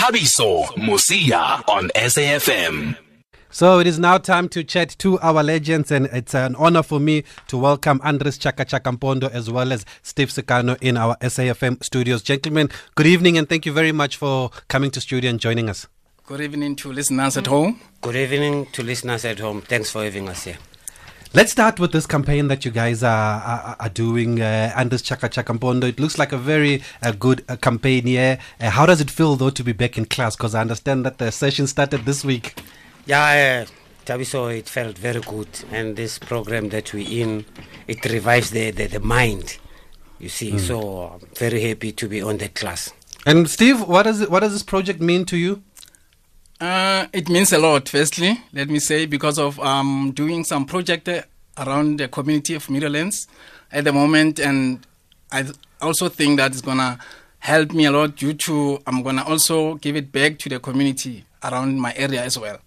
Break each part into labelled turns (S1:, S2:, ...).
S1: Tabiso Musia on SAFM.
S2: So it is now time to chat to our legends, and it's an honor for me to welcome Andres Chaka Chakampondo as well as Steve Sicano in our SAFM studios. Gentlemen, good evening, and thank you very much for coming to studio and joining us.
S3: Good evening to listeners at home.
S4: Good evening to listeners at home. Thanks for having us here.
S2: Let's start with this campaign that you guys are, are, are doing, uh, Andres Chaka Chakampondo. It looks like a very uh, good uh, campaign here. Uh, how does it feel, though, to be back in class? Because I understand that the session started this week.
S4: Yeah, uh, Tabiso, it felt very good. And this program that we're in, it revives the, the, the mind, you see. So I'm very happy to be on that class.
S2: And Steve, what, is it, what does this project mean to you?
S3: Uh, it means a lot, firstly, let me say, because of um, doing some project uh, around the community of Meadowlands at the moment. And I th- also think that it's going to help me a lot due to I'm going to also give it back to the community around my area as well.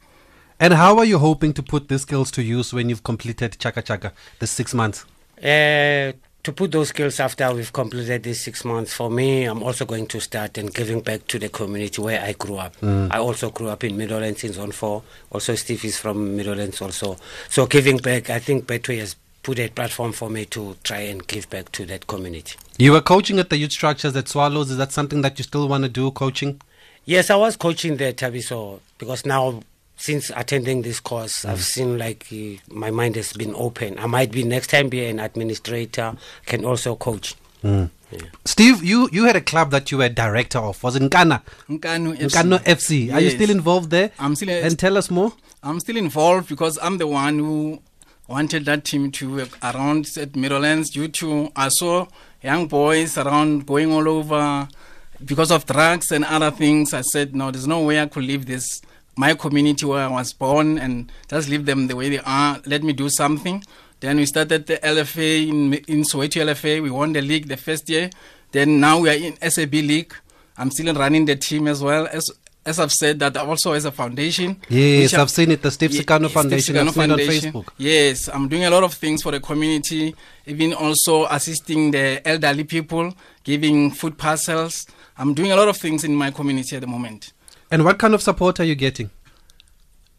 S2: And how are you hoping to put these skills to use when you've completed Chaka Chaka, the six months?
S4: Uh, to put those skills after we've completed these six months, for me, I'm also going to start and giving back to the community where I grew up. I also grew up in Middlelands in Zone 4. Also, Steve is from Middlelands also. So giving back, I think Betway has put a platform for me to try and give back to that community.
S2: You were coaching at the youth structures at Swallows. Is that something that you still want to do, coaching?
S4: Yes, I was coaching there, Tabiso, because now since attending this course, I've seen like eh, my mind has been open. I might be next time be an administrator, can also coach.
S2: Hmm. Steve, you, you had a club that you were director of. Was it Nkana?
S3: Nkanu FC.
S2: Nkano FC. Are you
S3: Yes.
S2: still involved there?
S3: I'm still-
S2: And tell us more.
S3: I'm still involved because I'm the one who wanted that team to work around at Meadowlands due to I saw young boys around going all over because of drugs and other things. I said, no, there's no way I could leave this my community where I was born and just leave them the way they are. Let me do something. Then we started the LFA in, in Soweto LFA. We won the league the first year. Then now we are in SAB league. I'm still running the team as well as as I've said that also as a foundation.
S2: Yes,
S3: which I-
S2: I've seen it, the Steve Sicano
S3: Steve
S2: Foundation. I've
S3: Sicano
S2: seen it on
S3: Foundation.
S2: Facebook.
S3: Yes, I'm doing a lot of things for the community, even also assisting the elderly people, giving food parcels. I'm doing a lot of things in my community at the moment.
S2: And what kind of support are you getting?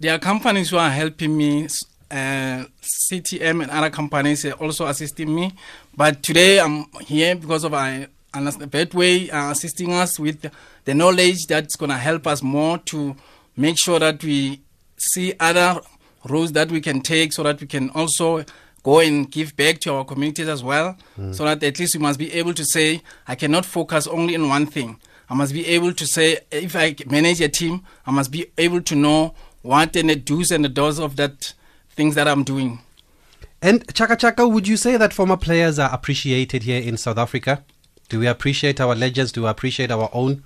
S3: There are companies who are helping me, s- uh, CTM and other companies are also assisting me. But today I'm here because of I understand Betway are assisting us with the knowledge that's going to help us more to make sure that we see other routes that we can take so that we can also go and give back to our communities as well so that at least we must be able to say i cannot focus only on one thing i must be able to say if i manage a team i must be able to know what and the do's and the don'ts of that things that i'm doing
S2: And Chaka Chaka, would you say that former players are appreciated here in South Africa? Do we appreciate our legends? Do we appreciate our own?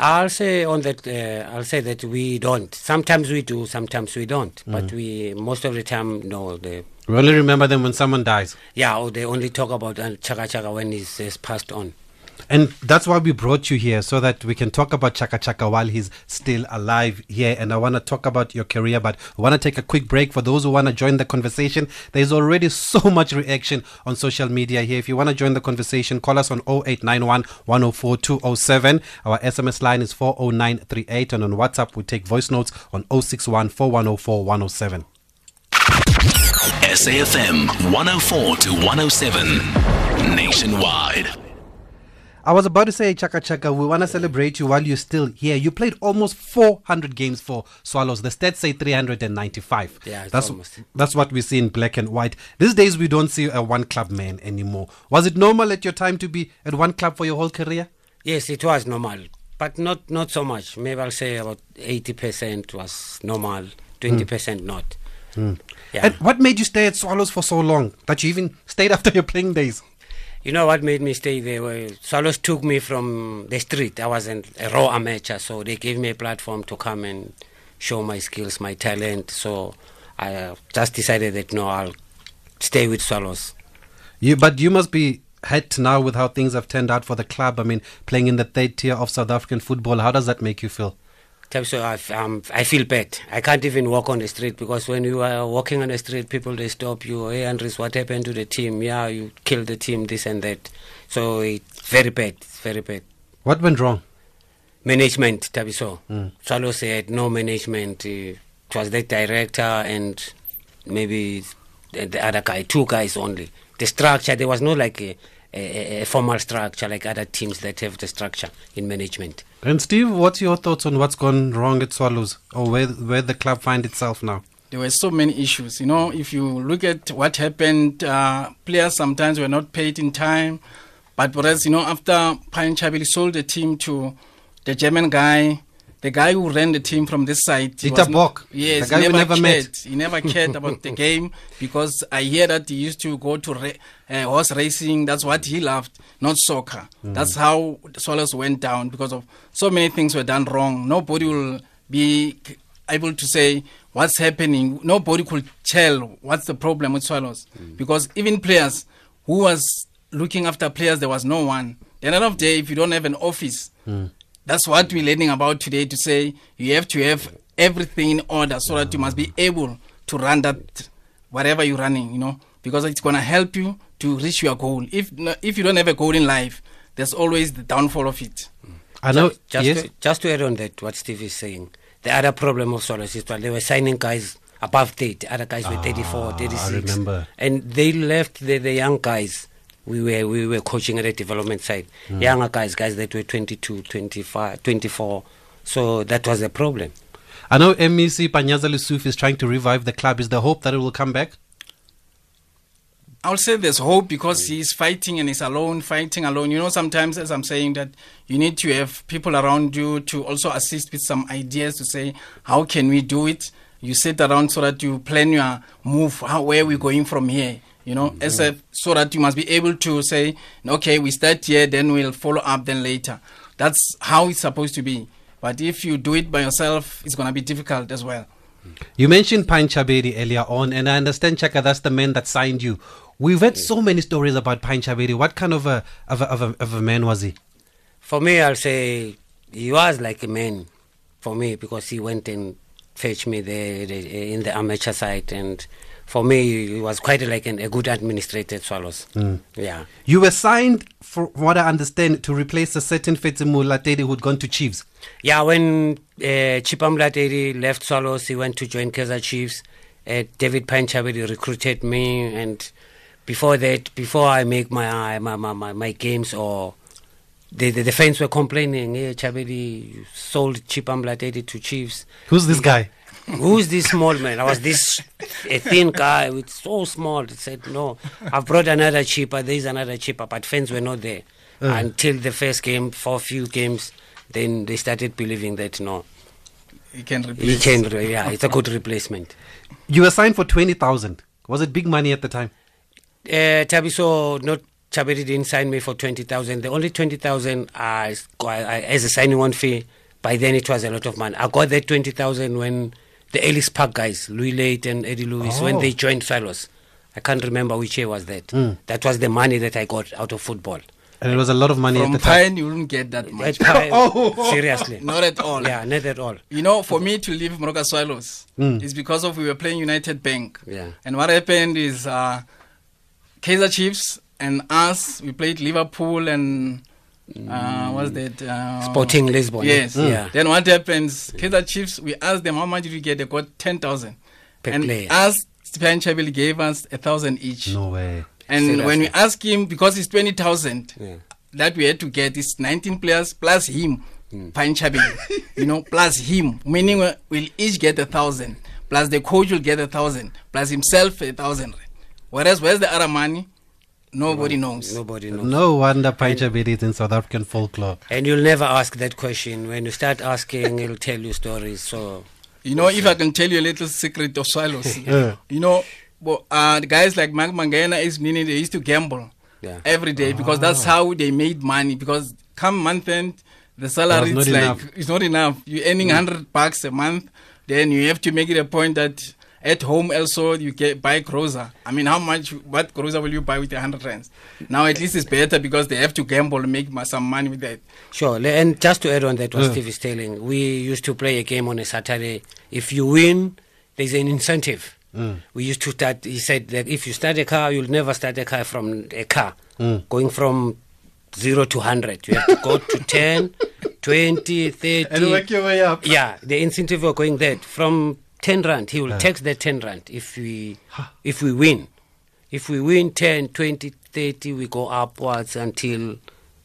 S4: I'll say on that. Uh, I'll say that we don't. Sometimes we do. Sometimes we don't. But we most of the time no. The
S2: We Mm. only remember them when someone dies.
S4: yeah. Or they only talk about uh, Chaka Chaka when he's, he's passed on.
S2: And that's why we brought you here so that we can talk about Chaka Chaka while he's still alive here. And I want to talk about your career, but I want to take a quick break for those who want to join the conversation. There's already so much reaction on social media here. If you want to join the conversation, call us on 0891 104 207. Our SMS line is 40938. And on WhatsApp, we take voice notes on 061 4104 107.
S1: SAFM 104 to 107. Nationwide.
S2: I was about to say, Chaka Chaka, we want to celebrate you while you're still here. You played almost 400 games for Swallows. The stats say 395.
S4: Yeah, it's
S2: that's,
S4: almost.
S2: that's what we see in black and white. These days, we don't see a one club man anymore. Was it normal at your time to be at one club for your whole career?
S4: Yes, it was normal, but not not so much. Maybe I'll say about eighty percent was normal, twenty percent not. Yeah.
S2: Hmm. And what made you stay at Swallows for so long that you even stayed after your playing days?
S4: You know what made me stay there? Well, Swallows took me from the street. I wasn't a raw amateur, so they gave me a platform to come and show my skills, my talent. So I uh, just decided that no, I'll stay with Swallows.
S2: You, but you must be hurt now with how things have turned out for the club. I mean, playing in the third tier of South African football, how does that make you feel?
S4: So I, f- um, I feel bad. I can't even walk on the street because when you are walking on the street, people they stop you. Hey, Andres, what happened to the team? Yeah, you killed the team, this and that. So it's very bad. It's very bad.
S2: What went wrong?
S4: management, Tabiso. Swallow said no management. Uh, it was the director and maybe the, the other guy, two guys only. The structure, there was no like a, a, a- a formal structure like other teams that have the structure in management.
S2: And Steve, what's your thoughts on what's gone wrong at Swallows or where where the club find itself now?
S3: there were so many issues. You know, if you look at what happened, uh, players sometimes were not paid in time. But whereas, you know, after Pine Chabili sold the team to the German guy, the guy who ran the team from this side. he
S2: Dieter
S3: was not-
S2: Bock,
S3: Yes,
S2: the guy
S3: he
S2: we
S3: never,
S2: never met.
S3: cared. He never cared about the game because I hear that he used to go to ra- uh, horse racing. That's what he loved, not soccer. That's how the Swallows went down because of so many things were done wrong. Nobody will be c- able to say what's happening. Nobody could tell what's the problem with Swallows because even players who was looking after players, there was no one. At the end of the day, if you don't have an office, that's what we're learning about today to say you have to have everything in order so that you must be able to run that whatever you're running, you know, because it's going to help you to reach your goal. If no- if you don't have a goal in life, there's always the downfall of it.
S2: I know.
S4: just,
S2: yes.
S4: to, just to add on that, what Steve is saying, the other problem of Solos is that they were signing guys above 30, other guys were 34, 36.
S2: Ah, remember.
S4: And they left the, the young guys. We were, we were coaching at the development side.
S2: Hmm.
S4: Younger guys, guys that were 22, 25, 24. So that was the problem.
S2: I know MEC Panyaza Lusuf is trying to revive the club. Is the hope that it will come back?
S3: I would say there's hope because he's fighting and he's alone, fighting alone. You know, sometimes, as I'm saying, that you need to have people around you to also assist with some ideas to say, how can we do it? You sit around so that you plan your move, how, where we're going from here, you know, as a, so that you must be able to say, okay, we start here, then we'll follow up then later. That's how it's supposed to be. But if you do it by yourself, it's going to be difficult as well.
S2: You mentioned Pine Chabedi earlier on, and I understand, Chaka, that's the man that signed you. We've heard so many stories about Pine Chabedi. What kind of a, of a, of a, of a man was he?
S4: For me, I'll say he was like a man for me because he went and fetched me there the- in the amateur side. And for me, he was quite like an, a good administrator at Swallows.
S2: Hmm.
S4: Yeah.
S2: You were signed, for what I understand, to replace a certain Fetimu Latedi who'd gone to Chiefs.
S4: Yeah, when uh, Chipam Lateri left Swallows, he went to join Kaiser Chiefs. Uh, David Panchabedi recruited me. And before that, before I make my my, my, my, my games or the, the, the fans were complaining, hey, Chabedi you sold Chipam Lateri to Chiefs.
S2: Who's this guy?
S4: Who's this small man? I was this a thin guy with so small. He said, No, I've brought another cheaper. There's another cheaper, but fans were not there
S2: Uh-huh.
S4: until the first game, for few games. Then they started believing that no,
S3: You can repeat.
S4: he can. re- Yeah, it's a good replacement.
S2: You were signed for 20,000. Was it big money at the time?
S4: Uh, Tabiso, not Chabedi didn't sign me for twenty thousand. The only twenty thousand I, I as a signing on fee. By then it was a lot of money. I got that twenty thousand when the Ellis Park guys, Louis Late and Eddie Lewis, when
S2: Oh. Hmm.
S4: they joined Silos. I can't remember which year was that. That was the money that I got out of football.
S2: And it was a lot of money at
S3: From
S2: the time.
S3: Pine, you wouldn't get that much.
S4: That time-
S2: Oh.
S4: seriously,
S3: Not at all.
S4: Yeah, not at all.
S3: You know, for me to leave Moroka Swallows
S2: Hmm.
S3: is because of we were playing United Bank.
S4: Yeah.
S3: And what happened is uh, Kaiser Chiefs and us, we played Liverpool and
S2: Hmm.
S3: uh, what's that? Uh,
S4: Sporting Lisbon.
S3: Yes.
S4: Yeah.
S3: Then what happens? Kaiser Chiefs, we asked them how much did we get? They got 10,000.
S4: Per
S3: and
S4: player.
S3: us, Stephen Chabili gave us a thousand each.
S2: No way.
S3: And when
S4: Seriously.
S3: we ask him, because it's 20,000
S4: Yeah.
S3: that we had to get, is 19 players plus him, Pine Chabi, you know, plus him, meaning we- we'll each get a thousand, plus the coach will get a thousand, plus himself a thousand. Whereas, where's the other money? Nobody knows.
S4: Nobody knows.
S2: No wonder Pine Chabedi is in South African folklore.
S4: And you'll never ask that question. When you start asking, it'll tell you stories. So
S3: You know, if I can tell you a little secret of Swallows, you know, but, uh, the guys like Mark Mangana is meaning they used to gamble
S4: Yeah.
S3: every day because that's
S2: Ah.
S3: how they made money. Because come month end, the salary
S2: not
S3: is like
S2: enough.
S3: it's not enough. You're earning hundred bucks a month, then you have to make it a point that at home also you get buy grocer. I mean, how much? What grocer will you buy with hundred rands? Now at least it's better because they have to gamble and make ma- some money with that.
S4: Sure, le- and just to add on that, what Steve is telling, we used to play a game on a Saturday. If you win, there's an incentive.
S3: Mm.
S4: We used to start. He said that if you start a car, you'll never start a car from a car. Going from zero to 100. You have to go to 10, 20, 30.
S2: And work your way up.
S4: Yeah, the incentive of going there from 10 rand, he will tax the 10 rand if we, if we win. If we win 10, 20, 30, we go upwards until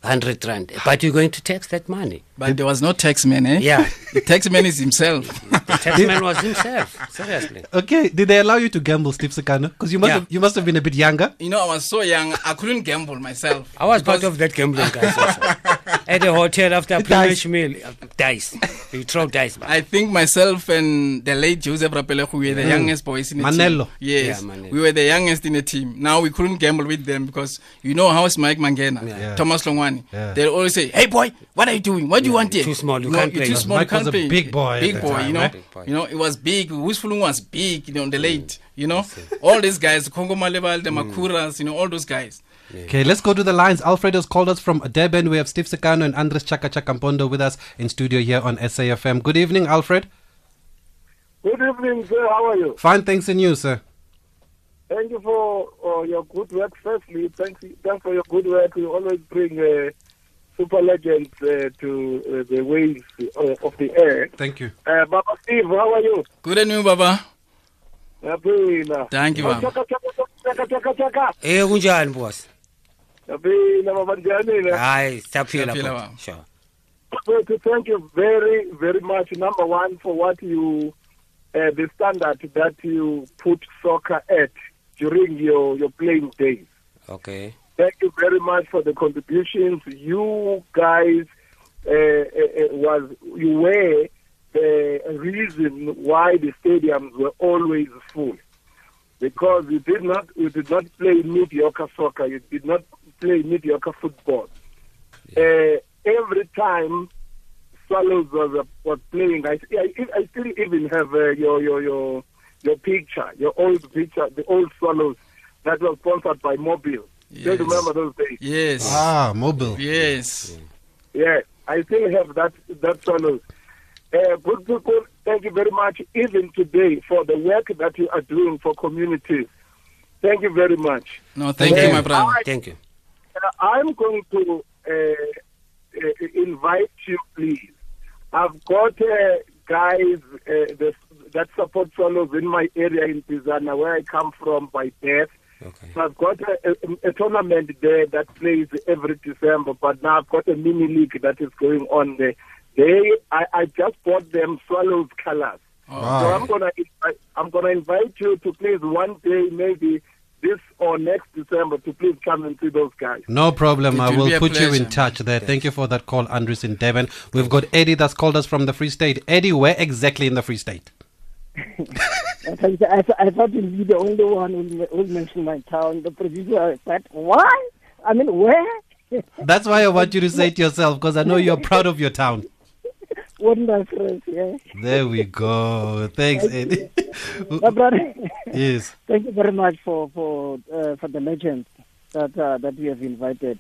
S4: 100 rand. But you're going to tax that money.
S3: But there was no taxman, eh?
S4: Yeah.
S3: The taxman is himself.
S4: The taxman was himself, seriously.
S2: Okay, did they allow you to gamble, Steve Sakana? Because you must
S4: Yeah.
S2: have, you must have been a bit younger.
S3: you know, I was so young, I couldn't gamble myself.
S4: I was
S3: Because-
S4: part of that gambling guys also. At the hotel after a pre-match meal, uh, dice. You throw dice. man.
S3: I think myself and the late Joseph Rapelego we were the youngest boys in the
S2: Manello.
S3: team. Yes,
S4: Yeah, Manello.
S3: we were the youngest in the team. Now we couldn't gamble with them because you know how is Mike Mangena,
S2: Yeah.
S3: Thomas Longwani.
S2: Yeah.
S3: They always say, "Hey boy, what are you doing? What do you want
S4: you're
S3: here?
S4: too small, you
S3: No,
S4: can't
S3: you're
S4: play."
S3: Too small,
S2: Mike
S3: you
S2: was
S3: can't
S2: a
S3: play.
S2: big boy at
S3: big
S2: the
S3: boy.
S2: time,
S3: you know,
S4: right? Big boy.
S3: you know, it was big. Wusfulung was big. You know, on the late. You know, all these guys, Congo Maleval, the
S4: Mm.
S3: Makuras, you know, all those guys.
S2: Okay, let's go to the lines. Alfred has called us from Durban. We have Steve Sakana and Andres Chaka Chakampondo with us in studio here on SAFM. Good evening, Alfred.
S5: Good evening, sir. How are you?
S2: Fine, thanks and you, sir.
S5: Thank you for uh, your good work. Firstly, thanks, thanks for your good work. You always bring uh, super legends uh, to uh, the waves uh, of the air.
S2: Thank you.
S5: Uh, Baba Steve, how are you?
S3: Good evening, Baba.
S5: Yaphila.
S3: Thank you, Baba.
S5: Chaka, chaka, chaka, chaka, chaka.
S4: Eh, kunjani boss?
S5: Yaphila, Baba Njanina.
S4: Hayi, siyaphila
S3: Siyaphila,
S4: baba.
S3: baba.
S4: Sure.
S5: So to Thank you very, very much, number one, for what you, uh, the standard that you put soccer at during your, your playing days.
S4: Okay.
S5: Thank you very much for the contributions. You guys uh, uh, uh, was you were the reason why the stadiums were always full because you did not you did not play mediocre soccer. You did not play mediocre football. Uh, every time Swallows was, uh, was playing, I, I, I still even have uh, your your your your picture, your old picture, the old Swallows that was sponsored by Mobile.
S3: Yes.
S5: Do you remember those days?
S3: Yes.
S2: Ah, mobile.
S3: Yes.
S5: Yeah, I still have that that follows. Uh, good people, thank you very much, even today, for the work that you are doing for communities. Thank you very much.
S3: No, thank you,
S4: Yeah.
S3: my brother.
S4: Thank you.
S5: Uh, I'm going to uh, uh, invite you, please. I've got uh, guys uh, the, that support fellows in my area in Pizana, where I come from by birth.
S4: Okay.
S5: So I've got a, a, a tournament there that plays every December, but now I've got a mini league that is going on there. They, I, I just bought them Swallows colors. So
S6: Um,
S5: I'm gonna, invite- I'm gonna invite you to please one day, maybe this or next December, to please come and see those guys.
S2: No problem.
S3: It
S2: I
S3: will be
S2: will
S3: a
S2: put you in
S3: pleasure.
S2: touch there. Thank you for that call, Andres in Devon. We've got Eddie that's called us from the Free State. Eddie, where exactly in the Free State?
S7: I, think I, th- I thought you'd be the only one who would mention my town. The producer said, why? I mean, where?
S2: That's why I want you to say it yourself because I know you're proud of your town.
S7: Wonderful, yeah.
S2: There we go. Thanks, Eddie.
S7: My brother,
S2: yes.
S7: thank you very much for for uh, for the legends that uh, that we have invited.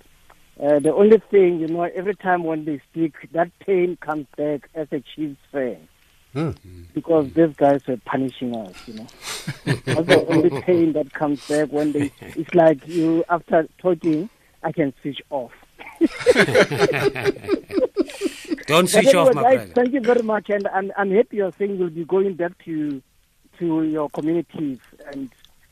S7: Uh, the only thing, you know, every time when they speak, that pain comes back as a Chiefs fan
S2: Hmm.
S7: because these guys were punishing us. You know, that's the only pain that comes back when they. It's like you after talking, I can switch off.
S4: Don't
S7: But
S4: switch off, my
S7: anyway, guys,
S4: brother.
S7: Thank you very much, and I'm, I'm happy you're saying you'll be going back to to your communities. And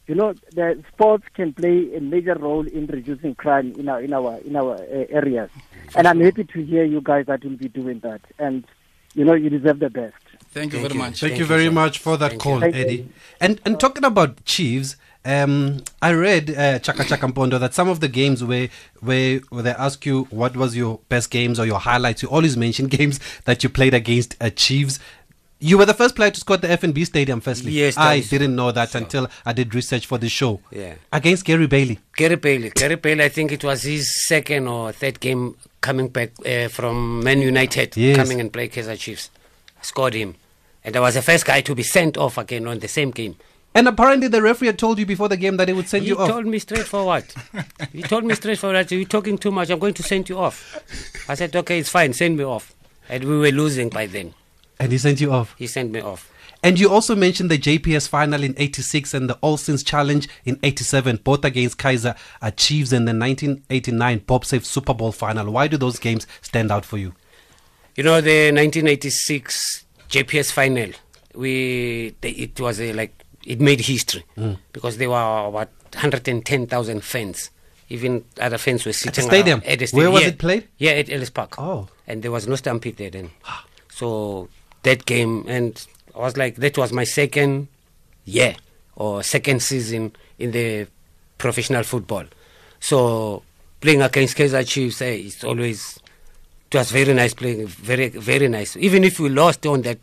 S7: you know, the sports can play a major role in reducing crime in our in our in our uh, areas. And I'm happy to hear you guys that will be doing that. And you know, you deserve the best.
S3: Thank you
S4: Thank
S3: very
S4: you.
S3: much.
S2: Thank,
S4: Thank
S2: you
S4: you
S2: very
S4: so
S2: much for that
S4: Thank you.
S2: call,
S7: Thank you. Oh.
S2: Eddie. And and talking about Chiefs, um, I read uh, Chaka Chaka Mpondo that some of the games where, where where they ask you what was your best games or your highlights, you always mention games that you played against uh, Chiefs. You were the first player to score at the FNB Stadium. Firstly,
S4: Yes, that
S2: I
S4: is-
S2: didn't know that until I did research for the show.
S4: Yeah.
S2: against Gary Bailey.
S4: Gary Pale. Gary Pale, I think it was his second or third game coming back uh, from Man United,
S2: Yes.
S4: coming and play Kaiser Chiefs. Scored him. And I was the first guy to be sent off again on the same game.
S2: And apparently, the referee had told you before the game that he would send
S4: He
S2: you off.
S4: told me straightforward. he told me straightforward, you're talking too much, I'm going to send you off. I said, okay, it's fine, send me off. And we were losing by then.
S2: and he sent you off.
S4: He sent me off.
S2: And you also mentioned the JPS final in 86 and the All Sins Challenge in 87, both against Kaiser uh, Chiefs and the 1989 Bob Safe Super Bowl final. Why do those games stand out for you?
S4: You know, the 1986 JPS final, we they, it was a, like it made history
S2: Mm.
S4: because there were about 110,000 fans. Even other fans were sitting
S2: stadium?
S4: around- At the
S2: Where
S4: stadium.
S2: was
S4: yeah.
S2: it played?
S4: Yeah, at Ellis Park.
S2: Oh.
S4: and there was no stampede there then. so that game, and I was like, that was my second year or second season in the professional football. So playing against Kaiser Chiefs, eh, it's always it was very nice playing, very very nice. Even if we lost on that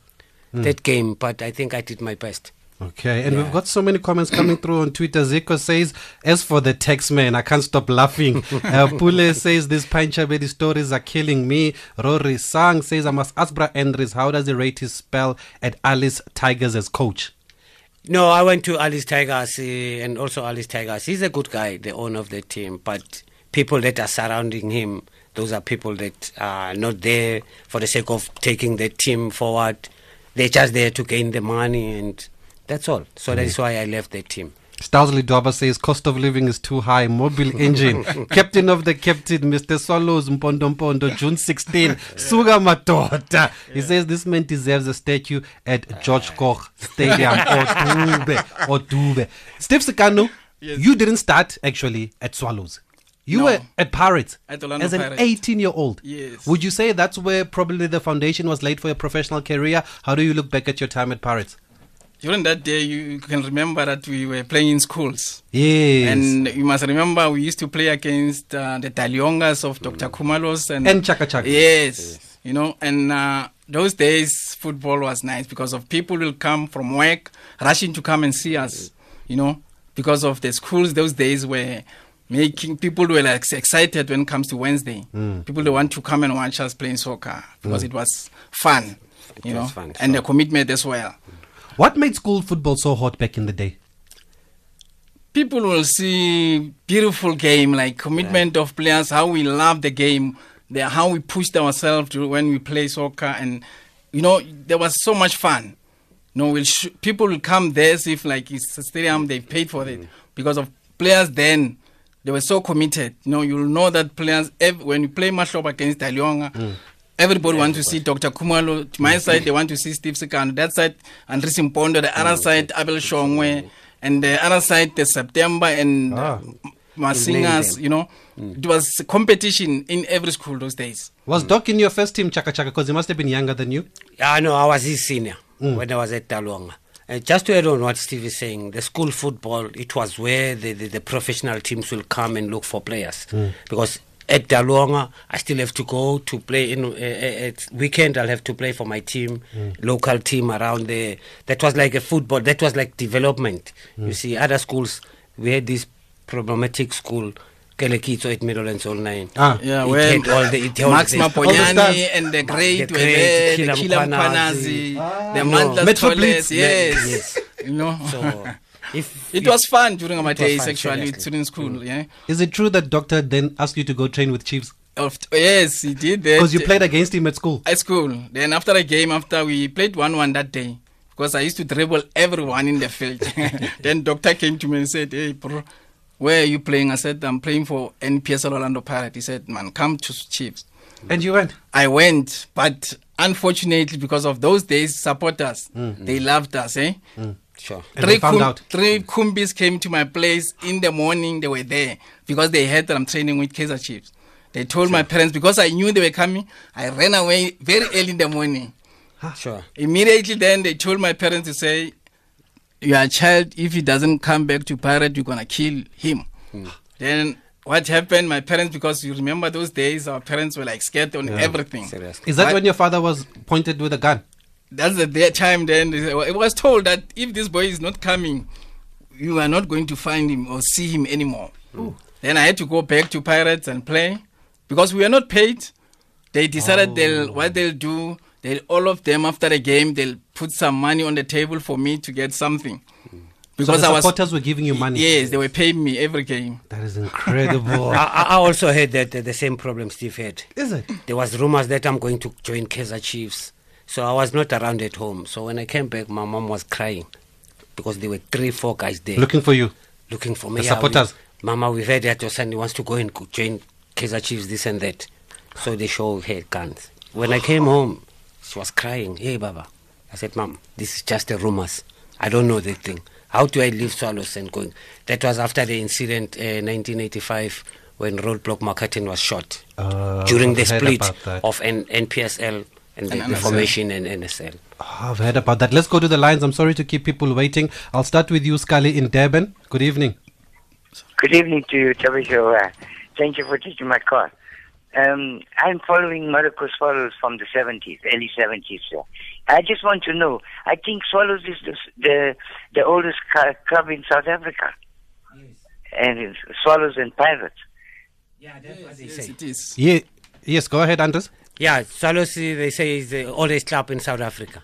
S4: that game, but I think I did my best.
S2: Okay, and we've got so many comments coming through on Twitter. Zico says, as for the tax man, I can't stop laughing. uh, Pule says, these Panchabedi stories are killing me. Rory Sang says, I must ask Bra Andres, how does he rate his spell at Alice Tigers as coach?
S4: No, I went to Alice Tigers eh, and also Alice Tigers. He's a good guy, the owner of the team, but people that are surrounding him, those are people that are not there for the sake of taking the team forward. They're just there to gain the money, and that's all. So that's why I left the team.
S2: Stousley Dwaba says, cost of living is too high. Mobile engine. captain of the captain, Mr. Swallows, Mpondo Mpondo, June 16. Suga Matota. He says, this man deserves a statue at George Koch Stadium or Dube. Or Dube. Steve Sikano, you didn't start actually at Swallows. You
S3: No.
S2: were at Pirates
S3: At Orlando
S2: as an
S3: Pirates.
S2: 18 year old.
S3: Yes.
S2: Would you say that's where probably the foundation was laid for your professional career? How do you look back at your time at Pirates?
S3: During that day, you can remember that we were playing in schools.
S2: Yes.
S3: And you must remember, we used to play against uh, the Daliongas of
S4: Mm.
S3: Dr. Kumalos and,
S2: And Chaka Chaka.
S3: Yes, you know, and uh, those days football was nice because of people will come from work rushing to come and see
S4: Mm.
S3: us, you know, because of the schools. Those days were making people were like excited when it comes to Wednesday.
S4: Mm.
S3: People they want to come and watch us playing soccer because it was fun, you know,
S4: was fun,
S3: and the
S4: so-
S3: commitment as well.
S2: What made school football so hot back in the day?
S3: people will see beautiful game like commitment of players how we love the game the, how we pushed ourselves to when we play soccer and you know there was so much fun you know we'll sh- people will come there as if like it's a stadium they paid for it because of players then they were so committed you know you'll know that players ev- when you play match up against Dalionga Everybody wants to see Dr. Kumalo. To my side, they want to see Steve Sikan. That side, Andres Mpondo. The other side, Abel Shongwe. And the other side, the September and
S2: Ah.
S3: uh, my singers, you know. It was competition in every school those days.
S2: Was Doc in your first team, Chaka Chaka? Because he must have been younger than you.
S4: I know Ah, I was his senior when I was at Dalwanga. And just to add on what Steve is saying, the school football, it was where the, the, the professional teams will come and look for players. Because at Dalwanga, I still have to go to play. In uh, uh, at weekend, I'll have to play for my team, local team around there. That was like a football. That was like development. You see, other schools, we had this problematic school, Kelekitso at Middlelands Online.
S2: Ah.
S3: Yeah,
S4: It
S3: where
S4: had all the- it had all
S3: Max
S4: the-
S2: All the
S3: Maponyani
S2: stars.
S3: and the great
S4: The
S3: were
S4: great
S3: there, the
S4: Kila
S3: Kila
S4: Mkhwanazi.
S3: Mkhwanazi,
S4: Ah.
S3: the
S4: No.
S3: Mandla
S2: Ah, Metro Blitz.
S3: Toilets, yes.
S4: Yes.
S3: you know.
S4: So if
S3: it was fun during my
S4: It was
S3: days
S4: fun,
S3: actually
S4: seriously.
S3: during school, yeah.
S2: Is it true that Doctor then asked you to go train with Chiefs?
S3: Of, yes, he did that.
S2: Because you played against him at school.
S3: at school. Then after the game, after we played one-one that day, because I used to dribble everyone in the field. then doctor came to me and said, "Hey, bro, where are you playing?" I said, "I'm playing for NPSL Orlando Pirates." He said, "Man, come to Chiefs."
S2: And you went.
S3: I went, but unfortunately, because of those days, supporters
S2: Mm-hmm.
S3: they loved us. Eh?
S4: Mm, sure.
S2: And they found out.
S3: three Kumbis came to my place in the morning. They were there because they heard that I'm training with Kaiser Chiefs. They told my parents because I knew they were coming. I ran away very early in the morning.
S4: Sure.
S3: Immediately then they told my parents to say, Your child, if he doesn't come back to pirate, you're gonna kill him.
S4: Hmm.
S3: Then what happened? My parents, because you remember those days, our parents were like scared on everything.
S4: Seriously.
S2: Is that
S3: Why-
S2: when your father was pointed with a gun?
S3: That's the day- time then they said, well, it was told that if this boy is not coming, you are not going to find him or see him anymore. Then I had to go back to Pirates and play because we are not paid. They decided
S2: Oh.
S3: they'll what they'll do. They all of them after the game they'll put some money on the table for me to get something
S2: so the supporters were giving you money.
S3: Yes, they were paying me every game.
S2: That is incredible.
S4: I, I- I also heard that uh, the same problem Steve had.
S2: is it?
S4: There was rumors that I'm going to join Kaiser Chiefs. So I was not around at home. So when I came back, my mom was crying because there were three, four guys there
S2: Looking for you.
S4: looking for me.
S2: The
S4: Yeah,
S2: supporters.
S4: we- Mama, we've heard that your son wants to go and co- join Kaiser Chiefs, this and that. So they show her guns. When I came home, she was crying. Hey, Baba. I said, Mom, this is just a rumors. I don't know the thing. How do I leave Swallows and going? That was after the incident uh, 1985 when Roadblock McCartin was shot
S2: Uh,
S4: during the
S2: I've heard
S4: split
S2: about that.
S4: of N- NPSL and the
S3: And NSL.
S4: formation and NSL.
S2: Oh, I've heard about that. Let's go to the lines. I'm sorry to keep people waiting. I'll start with you, Scully, in Durban. Good evening.
S8: Good evening to you, Tabitha. Thank you for taking my call. Um, I'm following Morocco Swallows from the 70s, early 70s. Sir. I just want to know, I think Swallows is the, the, the oldest cu- club in South Africa. And it's Swallows and Pirates.
S4: Yeah, that's what they
S3: Yes, it is.
S2: Yeah. Yes, go ahead, Anders.
S4: Yeah, Swallows, eh, they say, is the oldest club in South Africa.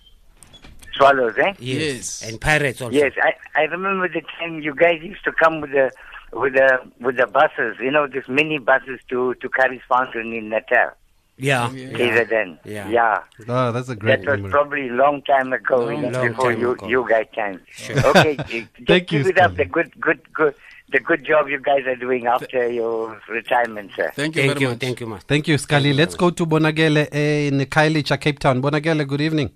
S8: Swallows, eh?
S4: Yes.
S3: Yes.
S4: And pirates also.
S8: Yes, I, I remember the time you guys used to come with the with the with the buses, you know, these mini buses to to Caris Fountain in Natal.
S4: Yeah.
S3: Yeah.
S8: KZN.
S4: Yeah.
S8: yeah.
S2: Oh, that's a great
S8: That was
S2: memory.
S8: probably a long time ago, you know,
S4: Long
S8: before
S4: time
S8: you
S4: ago.
S8: you guys time. Okay, just
S2: Thank you,
S8: keep it up. The
S2: Stanley.
S8: good, good, good, the good job you guys are doing after your retirement, sir.
S3: Thank you
S4: Thank
S3: very
S4: you,
S3: much.
S4: thank you, much.
S2: Thank you, Scully. Let's go to Bonagele eh, in Kailicha, Cape Town. Bonagele, good evening.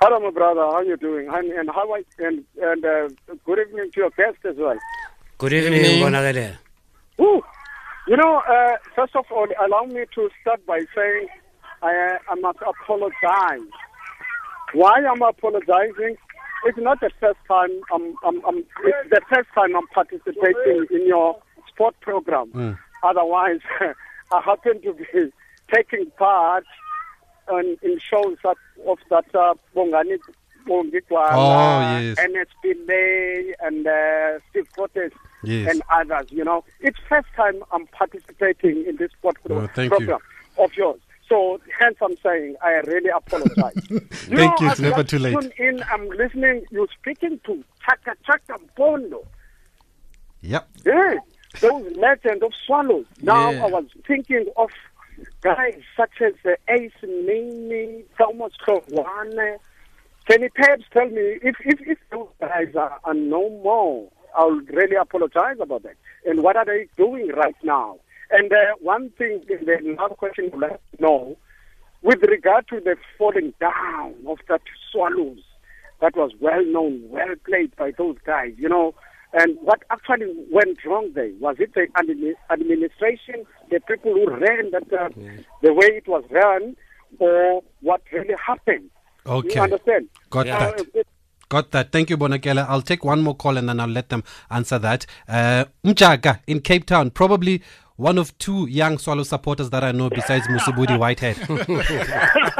S6: Hello, my brother. How you doing? And, and how I and and uh, good evening to your guest as well.
S4: Good evening,
S3: evening.
S4: Bonagale.
S6: Woo. You know, uh, first of all, allow me to start by saying I, uh, I must apologize. Why I'm apologizing? It's not the first time I'm, I'm, I'm it's the first time I'm participating in your sport program. Otherwise, I happen to be taking part on, in shows that, of that uh, Bongani
S2: Oh,
S6: Bongikwala,
S2: yes.
S6: NSP Lay, and uh, Steve Cortes
S2: Yes.
S6: and others. You know, it's first time I'm participating in this sport pro-
S2: Oh, thank
S6: program of yours. So hence I'm saying I really apologize. thank
S2: Thank you, it's never too late.
S6: Tune in. I'm listening. You're speaking to Chaka Chaka Bondo.
S2: Yep.
S6: Yeah, those legend of swallows. Now
S3: Yeah.
S6: I was thinking of guys such as uh, Ace Mimi, Thomas Kowane. Can you perhaps tell me if, if, if those guys are, are no more? I'll really apologize about that. And what are they doing right now? And uh, one thing, the another question I'd like to know, with regard to the falling down of that swallows, that was well known, well played by those guys, you know. And what actually went wrong there? Was it the admi- administration, the people who ran that, uh, the way it was run, or what really happened?
S2: Okay.
S6: You understand?
S2: Got
S6: Uh,
S2: that. Got that. Thank you, Bonakela. I'll take one more call and then I'll let them answer that. Uh, Mjaga in Cape Town, probably one of two young Swallow supporters that I know besides Musubudi Whitehead.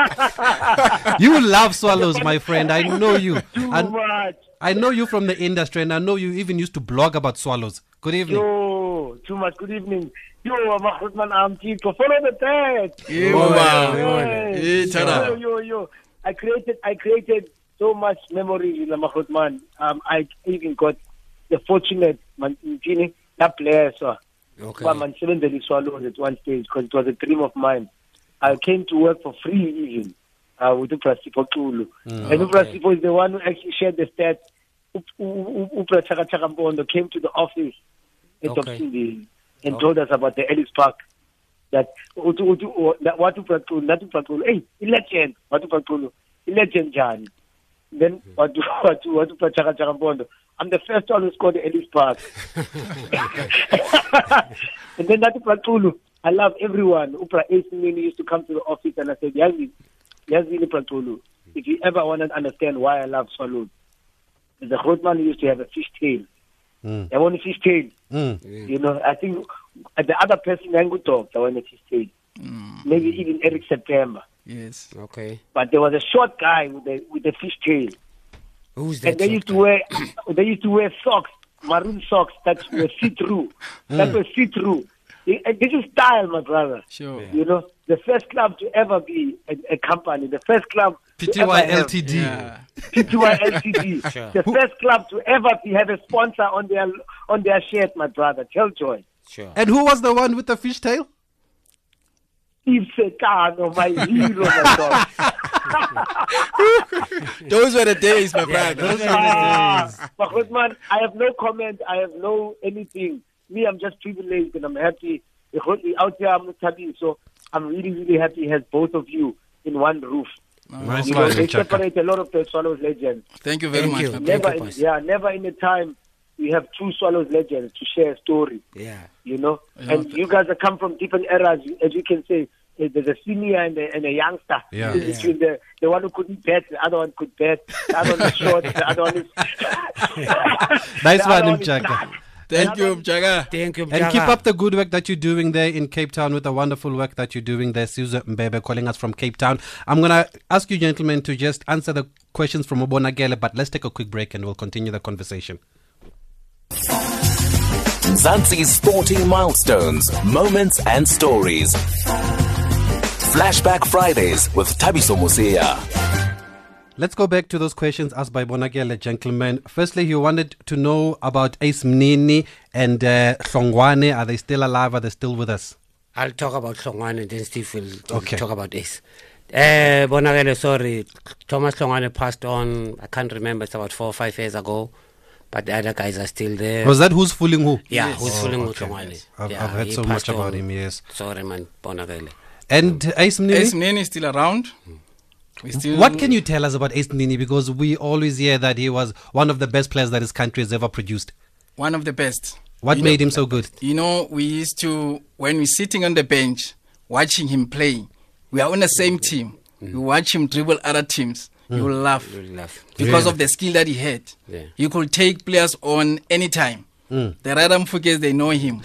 S2: you love Swallows, my friend. I know you. I,
S8: much,
S2: I know you from the industry and I know you even used to blog about Swallows. Good evening.
S8: yo, too much. Good evening, yo, Mahutman Amtiko. Follow the tag.
S3: Eh, Baba.
S8: Hey.
S3: Eh, Tara.
S8: Yo, yo, yo. I created, I created so much memories in the Mahutman. Um, I even got the fortunate Mantini, that player, sir.
S4: Okay.
S8: Well, man, seven daily swallows at one stage because it was a dream of mine. I came to work for free even uh, with Uprasipo Kulu.
S4: Mm.
S8: and Uprasipo is the one who actually shared the stats. Up- U- U- Upra Chaka Chaka Mpondo came to the office at
S4: Okay.
S8: Topsindi and
S2: Oh.
S6: Oh.
S4: Okay.
S8: told us about the Ellis Park. That utu, utu, o- that what Upra Kulu, that Upra Kulu, hey, he legend, what Upra Kulu, he legend, Jan. Then what do what do what do Upra Chaka Chaka Mpondo? I'm the first one who scored the Ellis Park. and then that Pratulu, I love everyone. Upra Ace Mini used to come to the office and I said, Yazi, Yazini Pratulu, if you ever want to understand why I love Swallow, the Grootman used to have a fish tail.
S2: Mm.
S8: I want a fish tail.
S2: Mm.
S8: You know, I think uh, the other person, Nangutov, I want a fish tail.
S4: Mm.
S8: Maybe even Eric September.
S3: Yes.
S4: Okay.
S8: But there was a short guy with the, with the fish tail.
S4: Who's that?
S8: And they
S4: short
S8: used to
S4: guy?
S8: wear they used to wear socks, maroon socks that were see through.
S4: Hmm.
S8: That were see through. And this is style, my brother.
S3: Sure.
S8: You know, the first club to ever be a, a company, the first club to ever
S2: PTY
S8: have-
S2: LTD.
S3: Yeah.
S8: PTY LTD,
S4: Sure.
S8: the first club to ever be, have a sponsor on their on their shirt, my brother. Tell Joy.
S4: Sure.
S2: And who was the one with the fishtail?
S8: Steve Secano, my hero, my dog.
S3: Those were the days, my brother.
S9: Ah, but Hotman, I have no comment. I have no anything. Me, I'm just privileged and I'm happy. Because Out here, I'm not happy. So I'm really, really happy he has both of you in one roof.
S2: Nice
S9: You know,
S2: one,
S9: they
S2: Chaka.
S9: separate a lot of the Swallows legends.
S3: Thank you very
S4: Thank
S3: much.
S4: you.
S3: my brother.
S9: Never,
S4: you,
S9: in,
S4: boss.
S9: yeah, never in a time we have two Swallows legends to share a story.
S4: Yeah.
S9: you know.
S3: Yeah.
S9: And you guys have come from different eras, you- as you can say. eh, There's a senior and a, and a youngster.
S2: Yeah.
S9: In between The, the one who couldn't bet, the other one could bet. The other one is short, the other one is.
S2: Nice
S9: The other
S2: one,
S9: is
S2: Mchaka.
S9: fat.
S3: Thank you, Mchaga.
S4: Thank you,
S2: And keep
S4: Mjaga.
S2: up the good work that you're doing there in Cape Town with the wonderful work that you're doing there. Suze Mbebe calling us from Cape Town. I'm going to ask you, gentlemen, to just answer the questions from Obonagele, but let's take a quick break and we'll continue the conversation.
S1: Zanzi's sporting milestones, moments, and stories. Flashback Fridays with Tabiso Musia.
S2: Let's go back to those questions asked by Bonagele, gentlemen. Firstly, he wanted to know about Ace Mnini and uh, Hlongwane. Are they still alive? Are they still with us?
S4: I'll talk about Songwane and then Steve will will
S2: Okay.
S4: talk about this. Uh, Bonagele, sorry. Thomas Songwane passed on, I can't remember, it's about four or five years ago. But the other guys are still there.
S2: Was that who's fooling who?
S4: yeah,
S2: Yes.
S4: who's
S2: Oh,
S4: fooling with
S2: okay.
S4: Songwane?
S2: I've,
S4: yeah,
S2: I've heard
S4: he
S2: so much
S4: passed
S2: about
S4: on.
S2: him, yes.
S4: Sorry, man, Bonagele.
S2: And Ace Mnini?
S3: Ace Nene is still around. We still
S2: What can you tell us about Ace Nini? Because we always hear that he was one of the best players that his country has ever produced.
S3: one of the best.
S2: What
S3: You
S2: made
S3: know-
S2: him so good?
S3: You know, we used to when we're sitting on the bench watching him play, we are on the same
S2: Mm-hmm.
S3: team. You watch him dribble other teams,
S2: Mm.
S3: you will laugh.
S4: Really love.
S3: because of the skill that he had.
S4: Yeah.
S3: You could take players on any time.
S2: Mm.
S3: The Radam Fugers, they know him.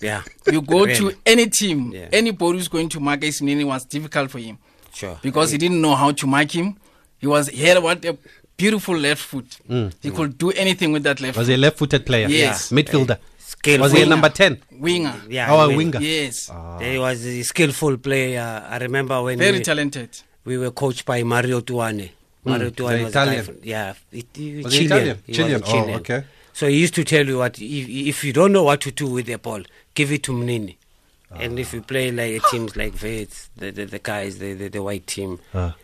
S4: Yeah.
S3: You go to
S4: Really.
S3: any team,
S4: Yeah.
S3: anybody who's going to mark Ace Nini was difficult for him
S4: Sure.
S3: because he didn't know how to mark him. He was he had what a beautiful left foot.
S4: Mm.
S3: He could do anything with that left
S2: Was
S3: foot.
S2: he a left-footed player?
S3: Yes.
S2: Midfielder.
S4: Skill.
S2: Was he a
S4: winger.
S2: number ten?
S3: Winger.
S4: Yeah.
S2: Our
S4: wing.
S2: winger.
S3: Yes.
S2: Ah.
S4: He was a skillful player. I remember when
S3: Very
S4: we,
S3: talented.
S4: we were coached by Mario Tuane. Mario Tuane
S2: Hmm. the
S4: was a guy
S2: Italian.
S4: from- yeah, it, it,
S2: Was he
S4: Chilean.
S2: Italian?
S4: He was
S2: Chilean.
S4: a
S2: Oh, okay.
S4: So he used to tell you what if, if you don't know what to do with the ball, give it to Mnini. And
S2: Ah.
S4: if you play like teams like Vets, the, the, the guys, the, the, the white team,
S2: Ah.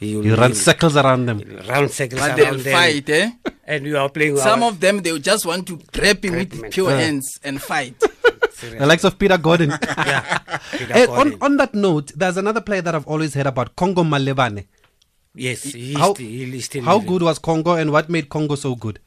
S4: you
S2: He ran circles around them.
S4: round circles
S3: But
S4: around
S3: they'll
S4: them,
S3: fight, eh?
S4: and you are playing.
S3: Some
S4: our-
S3: of them they will just want to grab him with
S4: Grab him.
S3: pure
S2: Ah.
S3: hands and fight.
S2: The likes of Peter Gordon.
S4: yeah, Peter
S2: And
S4: Gordon.
S2: on, on that note, there's another player that I've always heard about, Congo Malevane.
S4: yes, he
S2: How,
S4: still, he still
S2: how
S4: living.
S2: good was Congo and what made Congo so good?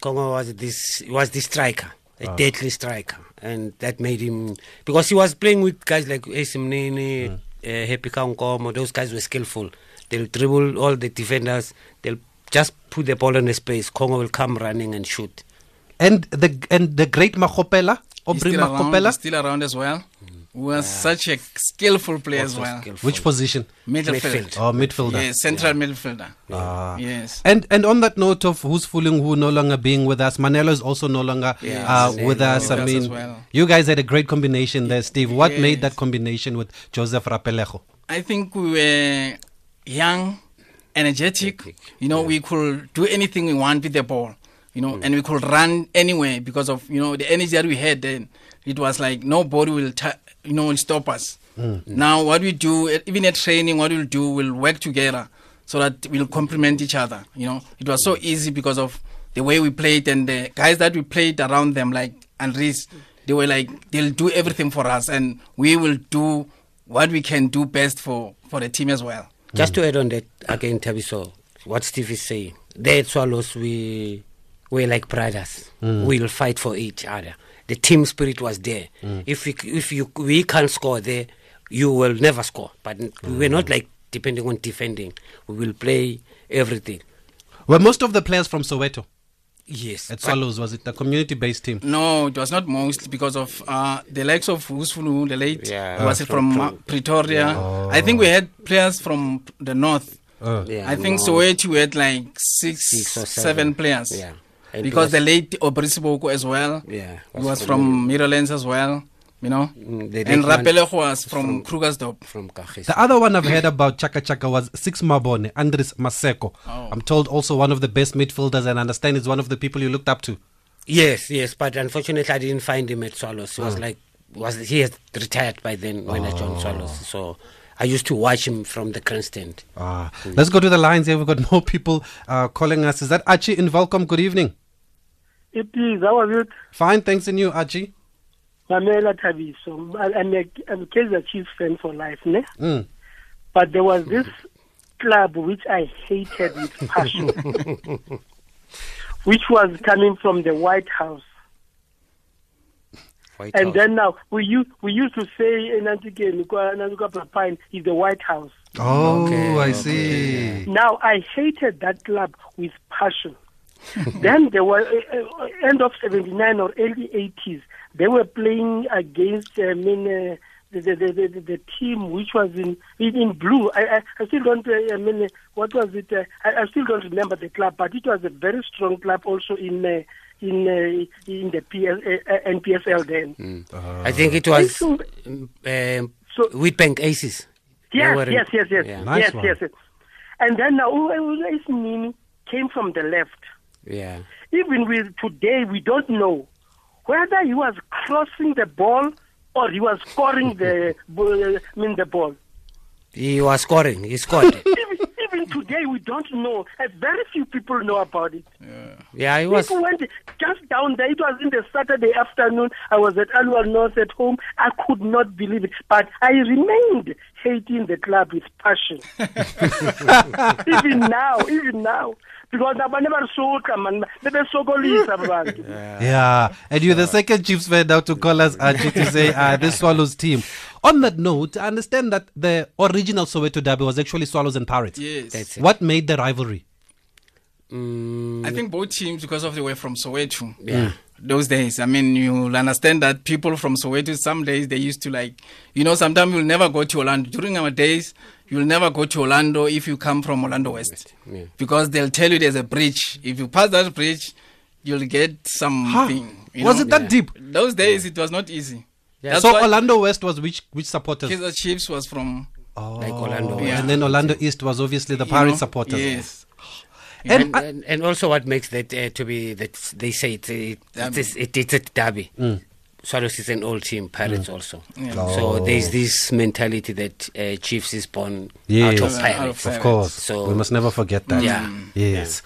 S4: Kongo was this was the striker, a deadly striker, and that made him because he was playing with guys like Ace Mnini, uh, Happy Kankomo. Those guys were skillful. They'll dribble all the defenders. They'll just put the ball in the space. Kongo will come running and shoot.
S2: And the and the great Makopela,
S3: He's
S2: Aubrey
S3: still around, he's
S2: Makopela,
S3: still around as well. Was such a skillful player as
S4: Also
S3: well.
S4: skillful.
S2: which position?
S3: Midfield.
S4: Midfield.
S2: Oh, midfielder. Ah.
S3: Yes, central midfielder. Yes.
S2: And and on that note of who's fooling who no longer being with us, Manelo is also no longer uh,
S4: Manelo.
S2: with us.
S3: With
S2: I
S3: us
S2: mean,
S3: as well.
S2: you guys had a great combination there, Steve. What made
S3: Yes.
S2: that combination with Joseph Rapelejo?
S3: I think we were young, energetic. You know, we could do anything we want with the ball. You know, and we could run anywhere because of you know the energy that we had then. It was like nobody will ta- you know will stop us.
S2: Hmm.
S3: Now what we do, eh, even at training, what we'll do, we'll work together so that we'll complement each other. You know, it was so easy because of the way we played and the guys that we played around them, like Andres. They were like they'll do everything for us, and we will do what we can do best for, for the team as well.
S4: Just to add on that again, Tabiso, what Steve is saying, there at Swallows, we we're like brothers.
S2: Mm.
S4: We'll fight for each other. The team spirit was there.
S2: Mm.
S4: If we, c- if you we can't score there, you will never score. But n- we're
S2: Mm.
S4: not like depending on defending. We will play everything.
S2: Were most of the players from Soweto
S4: Yes.
S2: at
S4: but-
S2: Swallows? Was it the community-based team?
S3: No, it was not mostly because of uh, the likes of Usfulu, the late,
S4: Yeah.
S3: who was
S2: Ah,
S3: it from, uh, Pretoria. I think we had players from the north.
S2: Ah.
S4: Yeah,
S3: I think
S4: no,
S3: Soweto we had like six,
S4: Six or
S3: seven.
S4: seven.
S3: players.
S4: Yeah. And
S3: because
S4: because-
S3: the late Obrisiboko as well.
S4: Yeah,
S3: He
S4: was
S3: was
S4: from-
S3: from Mirrorlands as well, you know.
S4: Mm, the
S3: and
S4: late one-
S3: Rapelejo was from, Krugersdorp.
S4: From Kagesi.
S2: The other one I've heard about Chaka Chaka was Six Mabone, Andres Maseko.
S3: Oh.
S2: I'm told also one of the best midfielders, and I understand is one of the people you looked up to.
S4: Yes, yes, but unfortunately, I
S2: Mm. Ah.
S4: didn't find him at Swallows. He was like, was he had retired by then when I joined Swallows? So I used to watch him from the grandstand.
S2: Ah, let's go to the lines here. We've got more people uh, calling us. Is that Archie in Volcom? Good evening.
S10: It is. How are you?
S2: Fine, thanks. And you, Archie?
S10: Pamela Tabiso. I- I'm a, I'm a Kaizer Chiefs fan for life, ne?
S2: Mm.
S10: But there was this club which I hated with passion, which was coming from the White House.
S4: White
S10: and
S4: House.
S10: then now we used we used to say "Eh, Nantuke Nantuka Pine is the White House.
S2: Oh,
S4: Okay,
S2: I
S4: okay,
S2: see.
S10: Now I hated that club with passion. then there were uh, uh, end of '79 or early '80s. They were playing against I mean uh, the, the, the, the the team which was in in, in blue. I, I I still don't uh, I mean uh, what was it? Uh, I, I still don't remember the club, but it was a very strong club also in uh, in uh, in the PS, uh, uh, NPSL then.
S4: Mm. I think it was
S10: so-
S4: um, um,
S10: Uh-huh. so-
S4: Wheatbank Aces. They
S10: Yes,
S4: were in-
S10: yes, yes, yes,
S4: Yeah.
S2: Nice
S10: yes,
S2: one.
S10: yes, yes. And then now uh, Nini came from the left.
S4: yeah.
S10: even with today, we don't know whether he was crossing the ball or he was scoring the ball- I mean the ball.
S4: He was scoring. He scored.
S10: Even, even today, we don't know. And very few people know about it.
S4: yeah, he was.
S10: People went just down there. It was in the Saturday afternoon. I was at Alwal North at home. I could not believe it, but I remained hating the club with passion. even now, even now, because I never saw man. They were so good.
S2: Yeah, and you're the second Chiefs fan now to call us Archie to say uh, this Swallows team. On that note, I understand that the original Soweto derby was actually Swallows and Pirates.
S3: Yes.
S4: That's it.
S2: What made the rivalry?
S4: mm,
S3: I think both teams, because of they were from Soweto.
S4: Yeah.
S3: Those days, I mean, you'll understand that people from Soweto, some days they used to like, you know, sometimes you'll never go to Orlando. During our days, you'll never go to Orlando if you come from Orlando West.
S4: Yeah.
S3: Because they'll tell you there's a bridge. If you pass that bridge, you'll get something. you
S2: Was
S3: know?
S2: it that deep?
S3: Those days, it was not easy. That's
S2: so
S3: why
S2: Orlando West was which which supporters?
S3: Kaizer Chiefs was from
S2: Oh,
S4: Like Orlando
S3: West.
S2: And then Orlando East was obviously the
S3: you
S2: Pirates
S3: know,
S2: supporters.
S3: Yes.
S2: And,
S4: And, and, and also, what makes that uh, to be that they say it's a, it is, it, it's a derby.
S2: Mm.
S4: Swallows is an old team, Pirates also. So
S2: Oh.
S4: there's this mentality that uh, Chiefs is born
S2: Yes.
S4: out of
S3: Out of
S4: Pirates.
S2: Of
S3: Pirates.
S2: course.
S4: So-
S2: we must never forget that.
S4: Yeah.
S2: Yes.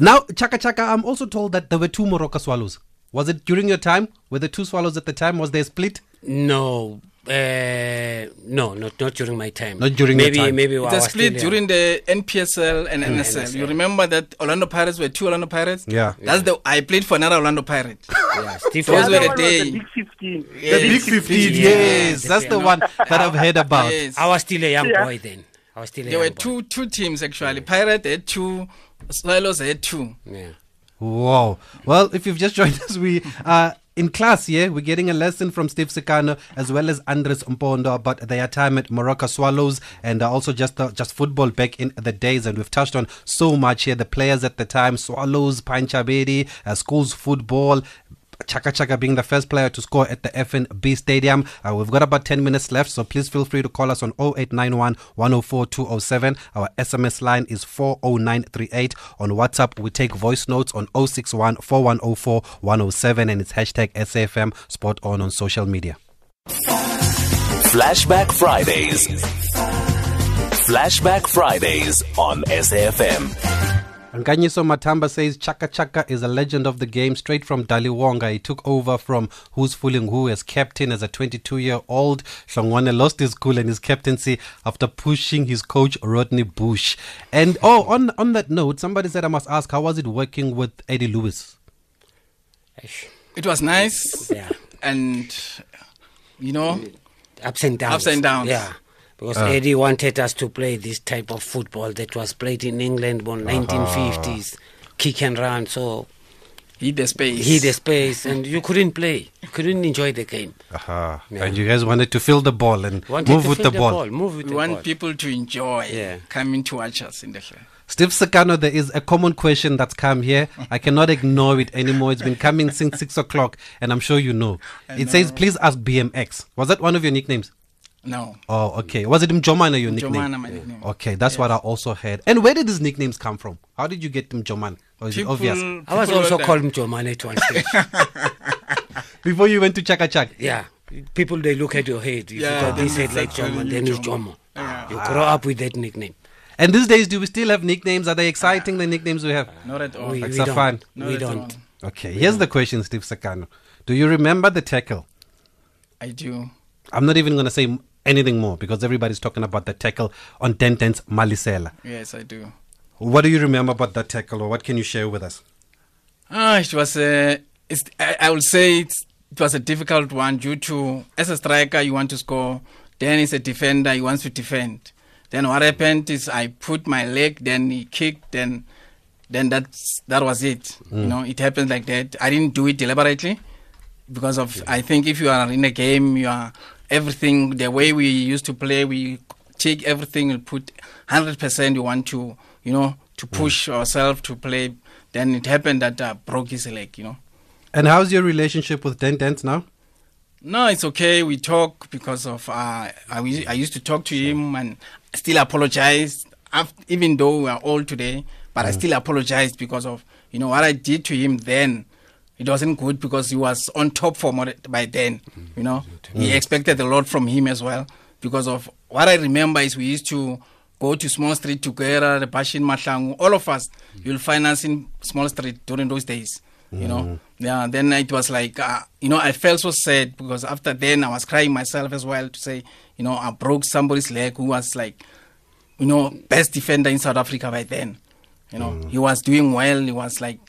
S2: Now, Chaka Chaka, I'm also told that there were two Morocco swallows. Was it during your time? Were there two swallows at the time? Was there a split?
S4: No, uh, no, not not during my time.
S2: Not during your
S4: maybe
S2: time.
S4: maybe
S3: It's a
S4: I was
S3: split
S4: still
S3: during
S4: young.
S3: the NPSL
S4: Mm.
S3: and NSL. You remember that Orlando Pirates were two Orlando Pirates?
S2: Yeah.
S3: That's the I played for another Orlando Pirate.
S4: Yeah, Steve
S3: Those
S4: was-
S3: were
S10: The
S3: the
S10: other one was
S3: day.
S10: the Big 15.
S3: Yes.
S2: The Big 15,
S4: Yeah,
S2: yes. That's the
S3: yeah.
S2: one that I've heard about.
S3: Yes.
S4: I was still a young
S10: Yeah.
S4: boy then. I was still a
S3: There were
S4: young boy.
S3: two two teams actually. Pirate had two, Swallows had two.
S4: Yeah.
S2: Wow. Well, if you've just joined us, we are in class here. We're getting a lesson from Steve Sicano as well as Andres Mpondo about their time at Morocco Swallows and uh, also just uh, just football back in the days. And we've touched on so much here. The players at the time, Swallows, Panchaberi, uh, schools football. Chaka Chaka being the first player to score at the FNB Stadium. Uh, we've got about 10 minutes left, so please feel free to call us on 0891 104 207. Our SMS line is 40938. On WhatsApp, we take voice notes on 061 4104 107, and it's hashtag SAFM Spot On on social media.
S1: Flashback Fridays. Flashback Fridays on SAFM.
S2: Nganyiso Matamba says Chaka Chaka is a legend of the game straight from Daliwonga. He took over from Who's Fooling Who as captain as a 22 year old. Shongwane lost his cool and his captaincy after pushing his coach Rodney Bush. And oh, on, on that note, somebody said I must ask, how was it working with Eddie Lewis?
S4: Eish.
S3: It was nice.
S4: Yeah.
S3: And you know,
S4: ups and downs.
S3: Ups and downs.
S4: Yeah. Because
S2: Ah.
S4: Eddie wanted us to play this type of football that was played in England on 1950s, kick and run. So
S3: hit the space.
S4: hit the space, and you couldn't play, you couldn't enjoy the game.
S2: Uh-huh.
S4: Yeah.
S2: And you guys wanted to fill the ball and
S4: Wanted
S2: move
S4: to
S2: with
S4: feel
S2: the, ball.
S4: Move with
S3: We
S4: the
S3: want
S4: ball.
S3: people to enjoy
S4: Yeah.
S3: coming to watch us in the show.
S2: Steve Sakano, there is a common question that's come here. I cannot ignore it anymore. It's been coming since six o'clock, and I'm sure you know. It says, please ask BMX. Was that one of your nicknames?
S3: No.
S2: Oh, okay. Was it Mjomana your nickname?
S3: Mjomana, my nickname.
S2: Okay, that's what I also heard. And where did these nicknames come from? How did you get Mjomana? Or is it obvious?
S4: I was
S3: people
S4: also
S3: were-
S4: called Mjomane at one stage.
S2: Before you went to Chaka Chak?
S4: yeah. People, they look at your head. If
S3: Yeah,
S4: you got
S3: then
S4: this head
S3: it's
S4: like
S3: actually
S4: Jomo, then it's
S3: Jomo.
S4: Jomo.
S3: Yeah.
S4: You grow up with that nickname.
S2: And these days, do we still have nicknames? Are they exciting, the nicknames we have?
S3: Not at all.
S4: We,
S2: Like
S4: we
S2: Safan.
S4: don't.
S3: Not
S4: we
S3: at
S4: don't.
S3: all.
S2: Okay, here's the question, Steve Sakano. Do you remember the tackle?
S3: I do.
S2: I'm not even going to say m- anything more because everybody's talking about the tackle on Denton's Malisela.
S3: Yes, I do.
S2: What do you remember about that tackle or what can you share with us?
S3: Ah, it was a. It's, I, I would say it's, it was a difficult one due to as a striker you want to score, then as a defender he wants to defend. Then what happened is I put my leg, then he kicked, then then that's that was it.
S2: Mm.
S3: You know, it happened like that. I didn't do it deliberately because of I think if you are in a game, you are everything the way we used to play. We take everything and put hundred percent. You want to you know to push ourselves to play. Then it happened that uh, broke his leg. You know.
S2: And how's your relationship with Dentons now?
S3: No, it's okay. We talk because of uh, I, we- I used to talk to him and I still apologize. After, even though we are old today, but I still apologize because of you know what I did to him then. It wasn't good because he was on top for more, by then. You know, we expected a lot from him as well because of what I remember is we used to go to small street together, the Bashin Matlangu, all of us. You'll find us in small street during those days you know yeah then it was like uh, you know i felt so sad because after then i was crying myself as well to say you know i broke somebody's leg who was like you know best defender in south africa by then you know he was doing well he was like